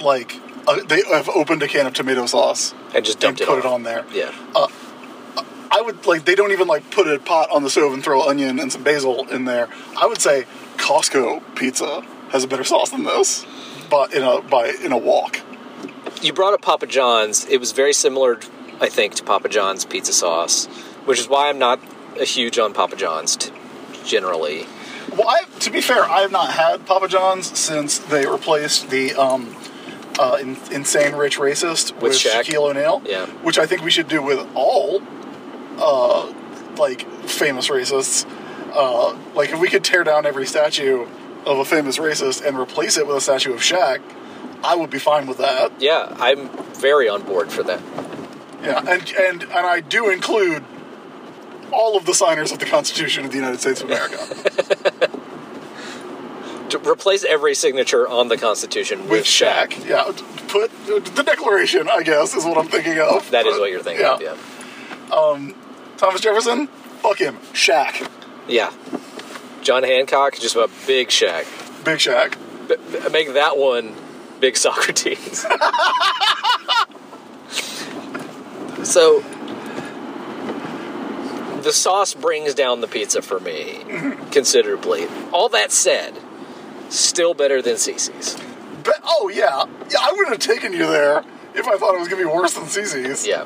S4: like uh, they have opened a can of tomato sauce
S5: And just dumped
S4: and
S5: it
S4: put
S5: on.
S4: it on there.
S5: Yeah,
S4: I would like they don't even like put a pot on the stove and throw onion and some basil in there. I would say Costco pizza has a better sauce than this, but in a by in a walk.
S5: you brought up Papa John's. It was very similar, I think, to Papa John's pizza sauce, which is why I'm not a huge on Papa John's t- generally.
S4: Well, I, to be fair, I have not had Papa John's since they replaced the um, uh, in, insane rich racist with,
S5: With Shaq.
S4: Shaquille O'Neal.
S5: Yeah.
S4: which I think we should do with all, uh, like famous racists. Uh, like if we could tear down every statue of a famous racist and replace it with a statue of Shaq, I would be fine with that.
S5: Yeah, I'm very on board for that.
S4: Yeah, and and and I do include all of the signers of the Constitution of the United States of America
S5: To replace every signature on the Constitution with,
S4: with Shaq. Yeah, put the Declaration. I guess is what I'm thinking of.
S5: That is what you're thinking of, yeah.
S4: Thomas Jefferson. Fuck him. Shaq.
S5: Yeah. John Hancock, just a big Shaq.
S4: Big Shaq.
S5: B- b- make that one big [laughs] Socrates. so the sauce brings down the pizza for me considerably. All that said, still better than Cece's.
S4: Be- oh yeah. Yeah. I would have taken you there if I thought it was gonna be worse than CC's.
S5: Yeah.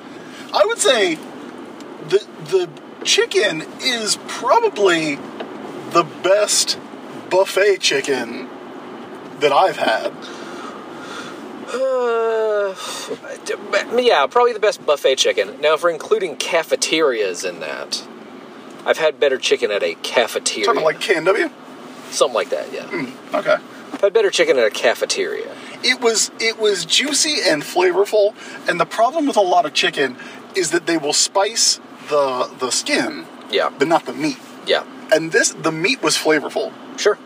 S4: I would say the the chicken is probably the best buffet chicken that I've had.
S5: Uh, yeah, probably the best buffet chicken. Now, if we're including cafeterias in that, I've had better chicken at a cafeteria.
S4: Talking like KW.
S5: Something like that, yeah.
S4: Okay.
S5: I've had better chicken at a cafeteria.
S4: it was it was juicy and flavorful and the problem with a lot of chicken is that they will spice the the skin
S5: Yeah.
S4: but not the meat
S5: Yeah.
S4: and this the meat was flavorful
S5: Sure.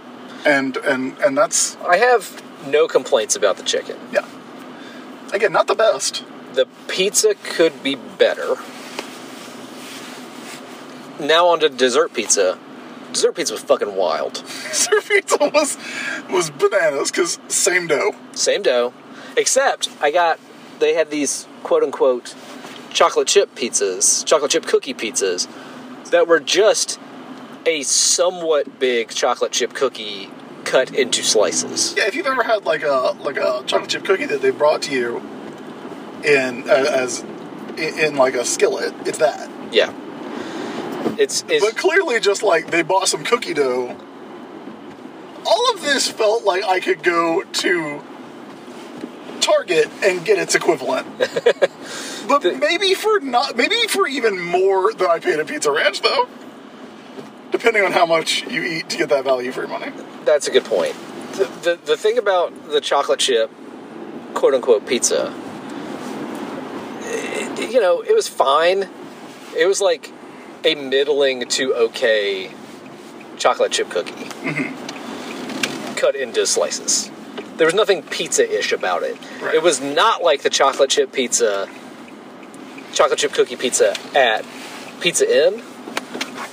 S4: and and and that's
S5: I have no complaints about the chicken.
S4: yeah again not the best [laughs]
S5: The pizza could be better. Now on to dessert pizza. Dessert pizza was fucking wild.
S4: Sir pizza was was bananas because same dough.
S5: Same dough, except I got they had these quote unquote chocolate chip pizzas, chocolate chip cookie pizzas that were just a somewhat big chocolate chip cookie cut into slices.
S4: Yeah, if you've ever had like a like a chocolate chip cookie that they brought to you in uh, as in, in like a skillet, it's that.
S5: Yeah. It's, it's
S4: But clearly, just like they bought some cookie dough. All of this felt like I could go to Target and get its
S5: [laughs]
S4: equivalent. but maybe for not, maybe for even more than I paid at Pizza Ranch, though. Depending on how much you eat to get that value for your money.
S5: That's a good point. The, the, the thing about the chocolate chip, quote unquote, pizza, it- you know, it was fine. It was like a middling to okay chocolate chip cookie cut into slices. There was nothing pizza ish about it.
S4: Right.
S5: It was not like the chocolate chip pizza, chocolate chip cookie pizza at Pizza Inn,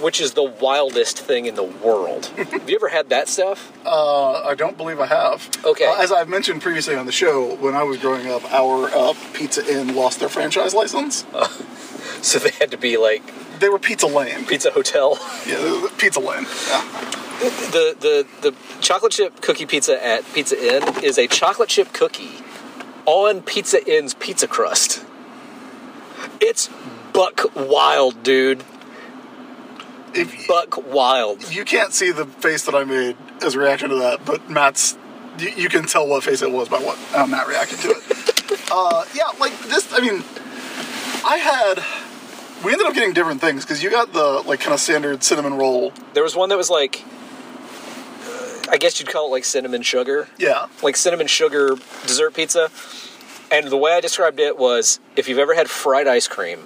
S5: which is the wildest thing in the world. Have you ever had that stuff?
S4: Uh, I don't believe I have.
S5: Okay.
S4: Uh, as I've mentioned previously on the show, when I was growing up, our uh, Pizza Inn lost their franchise license.
S5: [laughs] So they had to be like
S4: They were Pizza Lane.
S5: pizza hotel. [laughs]
S4: Yeah, they were Pizza Lane. Yeah.
S5: The the the chocolate chip cookie pizza at Pizza Inn is a chocolate chip cookie on Pizza Inn's pizza crust. It's buck wild, dude.
S4: If,
S5: Buck wild.
S4: you can't see the face that I made as a reaction to that, but Matt's. You, you can tell what face it was by what uh, Matt reacted to it. uh, yeah, like this. I mean, I had. We ended up getting different things because you got the like kind of standard cinnamon roll.
S5: There was one that was like uh, I guess you'd call it like cinnamon sugar.
S4: Yeah.
S5: Like cinnamon sugar dessert pizza. And the way I described it was if you've ever had fried ice cream,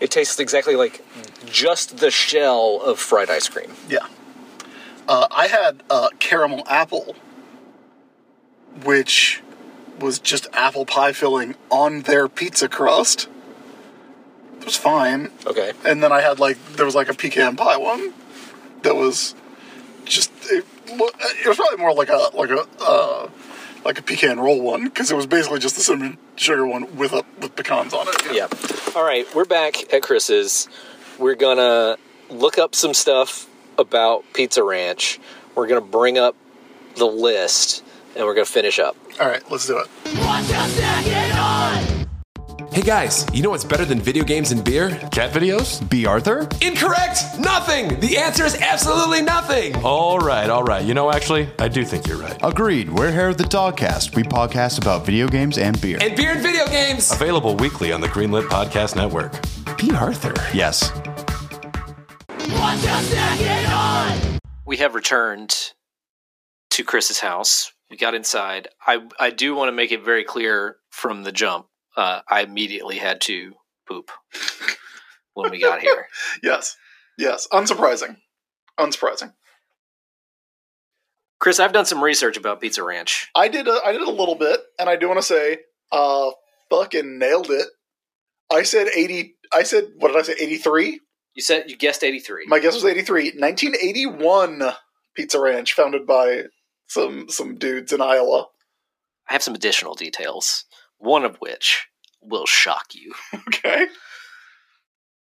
S5: it tastes exactly like just the shell of fried ice cream.
S4: Yeah. Uh, I had uh, caramel apple, which was just apple pie filling on their pizza crust. It was fine.
S5: Okay.
S4: And then I had like there was like a pecan pie one that was just it, lo- it was probably more like a like a uh, like a pecan roll one because it was basically just the cinnamon sugar one with a with pecans on it.
S5: Yeah. All right, we're back at Chris's. We're gonna look up some stuff about Pizza Ranch. We're gonna bring up the list, and we're gonna finish up.
S4: All right, let's do it.
S3: Watch us now get on!
S9: Hey guys, you know what's better than video games and beer? Cat videos? B. Arthur? Incorrect! Nothing! The answer is absolutely nothing! All right, all right. You know, actually, I do think you're right.
S10: Agreed. We're here at the Dogcast. We podcast about video games and beer.
S9: And beer and video games! Available weekly on the Greenlit Podcast Network. B. Arthur?
S10: yes.
S3: Watch us now get on!
S2: we have returned to Chris's house. We got inside. I I do want to make it very clear from the jump. Uh, I immediately had to poop when we got
S5: [laughs]
S2: here.
S4: Yes, yes, unsurprising, unsurprising.
S2: Chris, I've done some research about Pizza Ranch.
S4: I did a, I did a little bit, and I do want to say, uh, fucking nailed it. I said eighty. I said what did I say? Eighty three.
S2: You said you guessed eighty three.
S4: My guess was 83. 1981 Pizza Ranch, founded by some some dudes in Iowa. [laughs]
S2: I have some additional details, one of which will shock you.
S4: Okay.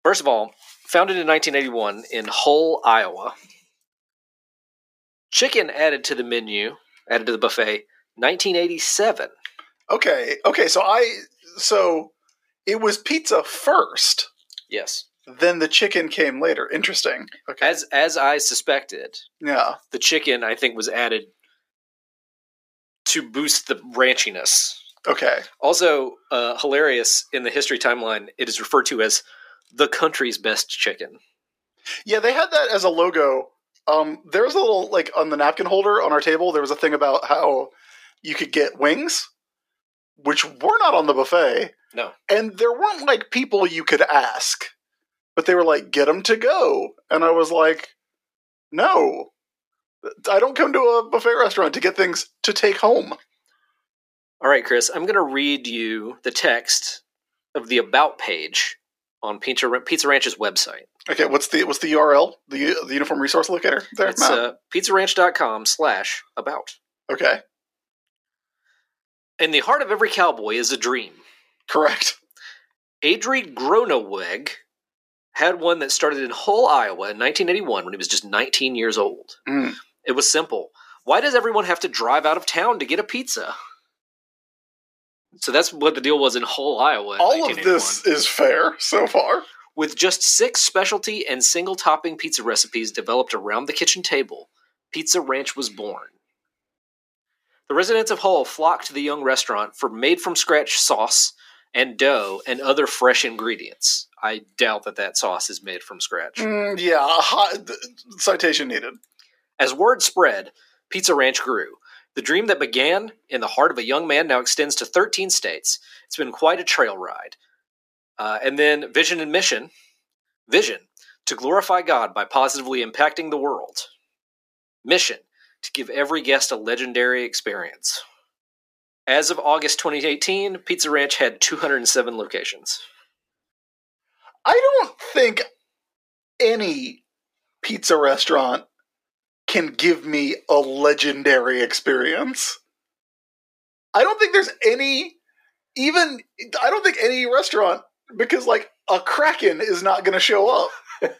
S2: First of all, founded in 1981 in Hull, Iowa. Chicken added to the menu, added to the buffet, 1987.
S4: Okay. Okay. So I so it was pizza first,
S2: Yes.
S4: then the chicken came later. Interesting. Okay.
S2: As as I suspected,
S4: yeah.
S2: the chicken I think was added to boost the ranchiness.
S4: Okay.
S2: Also, uh, hilarious in the history timeline, it is referred to as the country's best chicken.
S4: Yeah, they had that as a logo. Um, there was a little like on the napkin holder on our table. There was a thing about how you could get wings, which were not on the buffet.
S2: No.
S4: and there weren't like people you could ask, but they were like, "Get them to go," and I was like, "No, I don't come to a buffet restaurant to get things to take home."
S2: All right, Chris, I'm going to read you the text of the about page
S5: on Pizza, Ra- Pizza Ranch's website.
S4: Okay, what's the what's the URL? The the uniform resource locator there.
S5: It's
S4: Matt?
S5: uh, pizzaranch.com slash about.
S4: okay,
S5: In the heart of every cowboy is a dream.
S4: correct.
S5: Adrie Groneweg had one that started in Hull, Iowa in 1981 when he was just 19 years old.
S4: Mm.
S5: It was simple. Why does everyone have to drive out of town to get a pizza? So that's what the deal was in Hull, Iowa. in
S4: All of
S5: 1981.
S4: this is fair so far.
S5: With just six specialty and single topping pizza recipes developed around the kitchen table, Pizza Ranch was born. The residents of Hull flocked to the young restaurant for made from scratch sauce and dough and other fresh ingredients. I doubt that that sauce is made from scratch.
S4: Mm, yeah, a hot, th- citation needed.
S5: As word spread, Pizza Ranch grew. The dream that began in the heart of a young man now extends to 13 states. It's been quite a trail ride. Uh, and then Vision and Mission Vision, to glorify God by positively impacting the world. Mission, to give every guest a legendary experience. As of August 2018, Pizza Ranch had 207 locations.
S4: I don't think any pizza restaurant can give me a legendary experience. I don't think there's any, even, I don't think any restaurant, because like a Kraken is not going to show up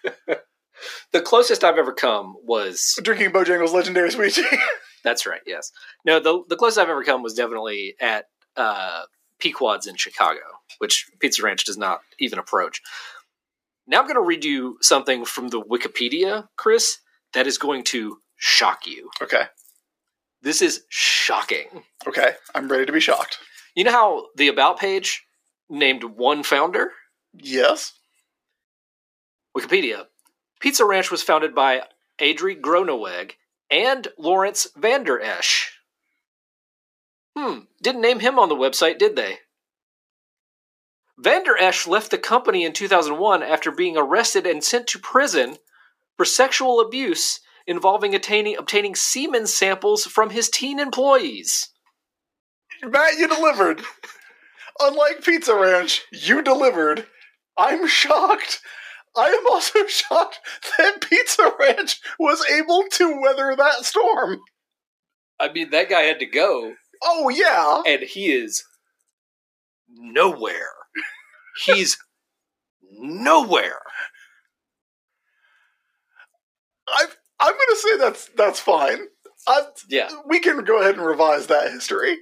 S5: The closest I've ever come was
S4: drinking Bojangles Legendary Sweet Tea. [laughs]
S5: That's right. Yes. No. The the closest I've ever come was definitely at uh, Pequod's in Chicago, which Pizza Ranch does not even approach. Now I'm going to read you something from the Wikipedia, Chris, that is going to shock you.
S4: okay,
S5: This is shocking.
S4: okay, I'm ready to be shocked.
S5: You know how the About page named one founder?
S4: Yes.
S5: Wikipedia. Pizza Ranch was founded by Adrie Groneweg and Lawrence Vander Esch. Hmm, didn't name him on the website, did they? Vander Esch left the company in 2001 after being arrested and sent to prison for sexual abuse involving attaining, obtaining semen samples from his teen employees.
S4: Matt, you delivered. Unlike Pizza Ranch, you delivered. I'm shocked. I am also [laughs] shocked that Pizza Ranch was able to weather that storm.
S5: I mean, that guy had to go,
S4: Oh, yeah.
S5: and he is nowhere. He's nowhere.
S4: I, I'm going to say that's that's fine. I,
S5: Yeah.
S4: we can go ahead and revise that history.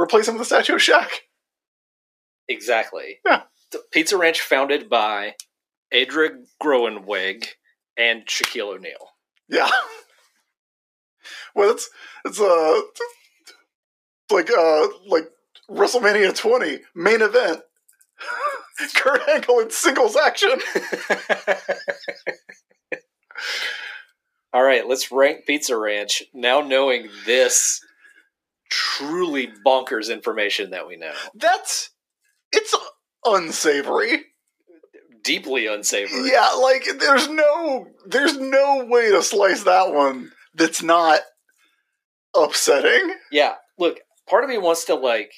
S4: Replace him with a statue of Shaq.
S5: Exactly.
S4: Yeah.
S5: The Pizza Ranch founded by Adra Groenweg and Shaquille O'Neal. [laughs]
S4: Yeah. [laughs] Well, it's it's uh it's like uh like WrestleMania 20 main event. [laughs] Kurt Angle in singles action. [laughs]
S5: All right, let's rank Pizza Ranch now knowing this truly bonkers information that we know.
S4: That's it's unsavory.
S5: Deeply unsavory.
S4: Yeah, like there's no there's no way to slice that one that's not upsetting.
S5: Yeah, Look, part of me wants to like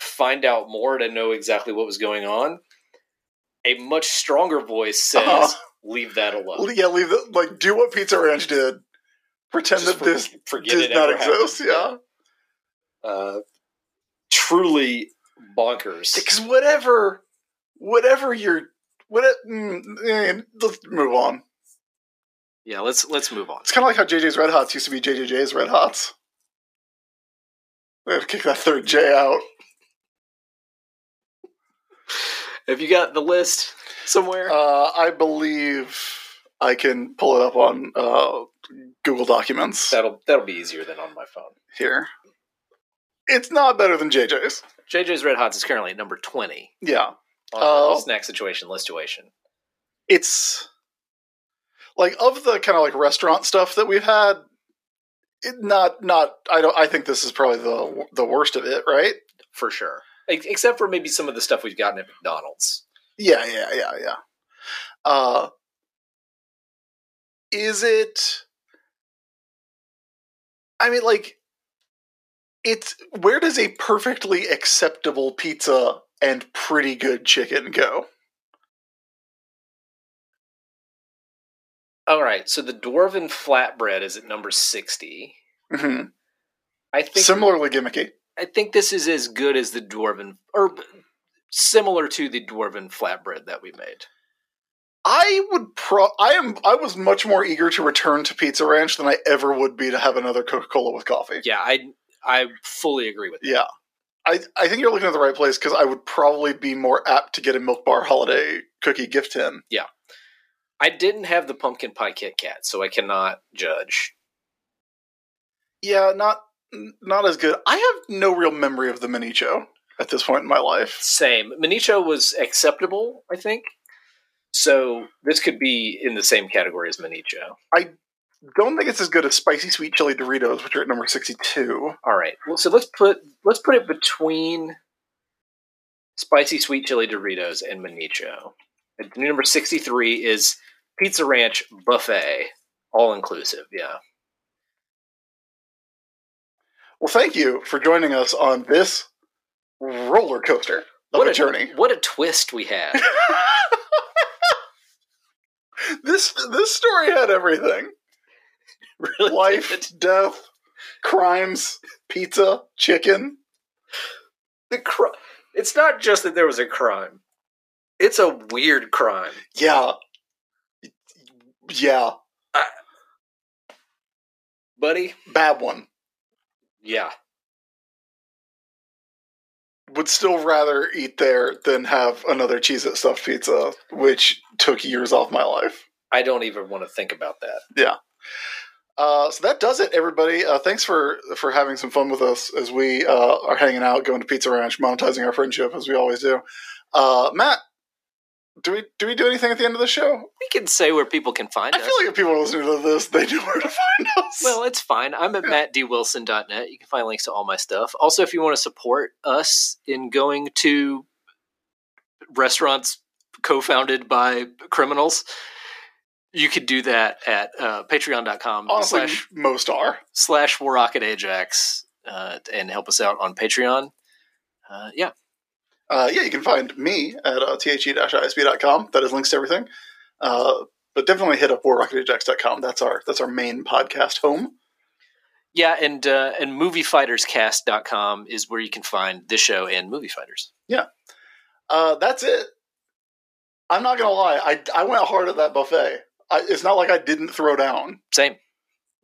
S5: find out more to know exactly what was going on. A much stronger voice says,
S4: Uh-huh.
S5: leave that alone.
S4: Yeah, leave the like do what Pizza Ranch did. Pretend
S5: Just
S4: that this
S5: for- forget
S4: does
S5: it
S4: not
S5: ever happened.
S4: exist. Yeah.
S5: Uh, truly bonkers.
S4: because whatever whatever you're what mm, eh, let's move on
S5: Yeah, let's let's move on.
S4: it's kind of like how jj's red hots used to be jjj's red hots we have to kick that third j out
S5: Have you got the list somewhere?
S4: uh, i believe i can pull it up on uh, google documents
S5: that'll that'll be easier than on my phone.
S4: here it's not better than jj's
S5: JJ's Red Hots is currently at number twenty
S4: yeah
S5: on
S4: Oh.
S5: the snack situation listuation.
S4: it's like of the kind of like restaurant stuff that we've had it not not i don't i think this is probably the the worst of it right
S5: For sure. Ex- Except for maybe some of the stuff we've gotten at McDonald's.
S4: Yeah, yeah, yeah, yeah. Uh, is it? I mean, like, it's where does a perfectly acceptable pizza and pretty good chicken go?
S5: All right, so the dwarven flatbread is at number sixty.
S4: hmm
S5: I think
S4: Similarly gimmicky.
S5: I think this is as good as the dwarven, or similar to the dwarven flatbread that we made.
S4: I would pro. I am. I was much more eager to return to Pizza Ranch than I ever would be to have another Coca Cola with coffee.
S5: Yeah, I I fully agree with that.
S4: Yeah. I, I think you're looking at the right place because I would probably be more apt to get a Milk Bar holiday cookie gift tin.
S5: I didn't have the pumpkin pie Kit Kat, so I cannot judge.
S4: Yeah, not not as good. I have no real memory of the Minicho at this point in my life.
S5: Same. Minicho was acceptable, I think. So this could be in the same category as Minicho.
S4: Don't think it's as good as spicy sweet chili Doritos, which are at number sixty-two.
S5: All right. Well, so let's put let's put it between spicy sweet chili Doritos and Manicho. And number sixty three is Pizza Ranch buffet, all inclusive. Yeah.
S4: Well, thank you for joining us on this roller coaster of a, journey.
S5: What a twist we had.
S4: This this story had everything:
S5: really
S4: life,
S5: did.
S4: death, crimes, pizza, chicken.
S5: The cr- it's not just that there was a crime. It's a weird crime.
S4: Yeah, yeah,
S5: Buddy?
S4: bad one.
S5: Yeah.
S4: would still rather eat there than have another cheese at stuffed pizza, which took years off my life.
S5: I don't even want to think about that.
S4: Uh, so that does it, everybody. Uh, thanks for for having some fun with us as we uh, are hanging out, going to Pizza Ranch, monetizing our friendship as we always do. Uh, Matt, do we do we do anything at the end of the show?
S5: We can say where people can find
S4: I
S5: us.
S4: feel like if people are listening to this, they know where to find us.
S5: Well, it's fine. I'm at mattdwilson.net. You can find links to all my stuff. Also, if you want to support us in going to restaurants co-founded by criminals, you could do that at uh, patreon.com
S4: honestly,
S5: slash,
S4: most are.
S5: slash War Rocket Ajax uh, and help us out on Patreon. Uh, yeah.
S4: Uh, yeah, you can find me at uh, the-isb.com. That is links to everything. Uh, but definitely hit up warrocketjax.com. That's our that's our main podcast home.
S5: Yeah, and uh, and moviefighterscast.com is where you can find this show and Movie Fighters.
S4: Uh, that's it. I'm not gonna lie. I I went hard at that buffet. I, it's not like I didn't throw down.
S5: Same.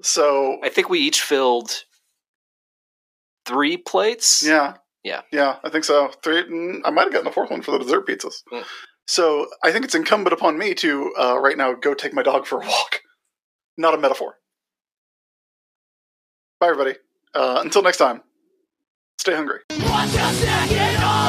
S4: So
S5: I think we each filled three plates.
S4: yeah,
S5: Yeah.
S4: yeah. I think so. Three. mm, I might have gotten the fourth one for the dessert pizzas.
S5: Mm.
S4: So I think it's incumbent upon me to uh, right now go take my dog for a walk. [laughs] Not a metaphor. Bye, everybody. Uh, until next time, stay hungry.
S8: Watch us get on!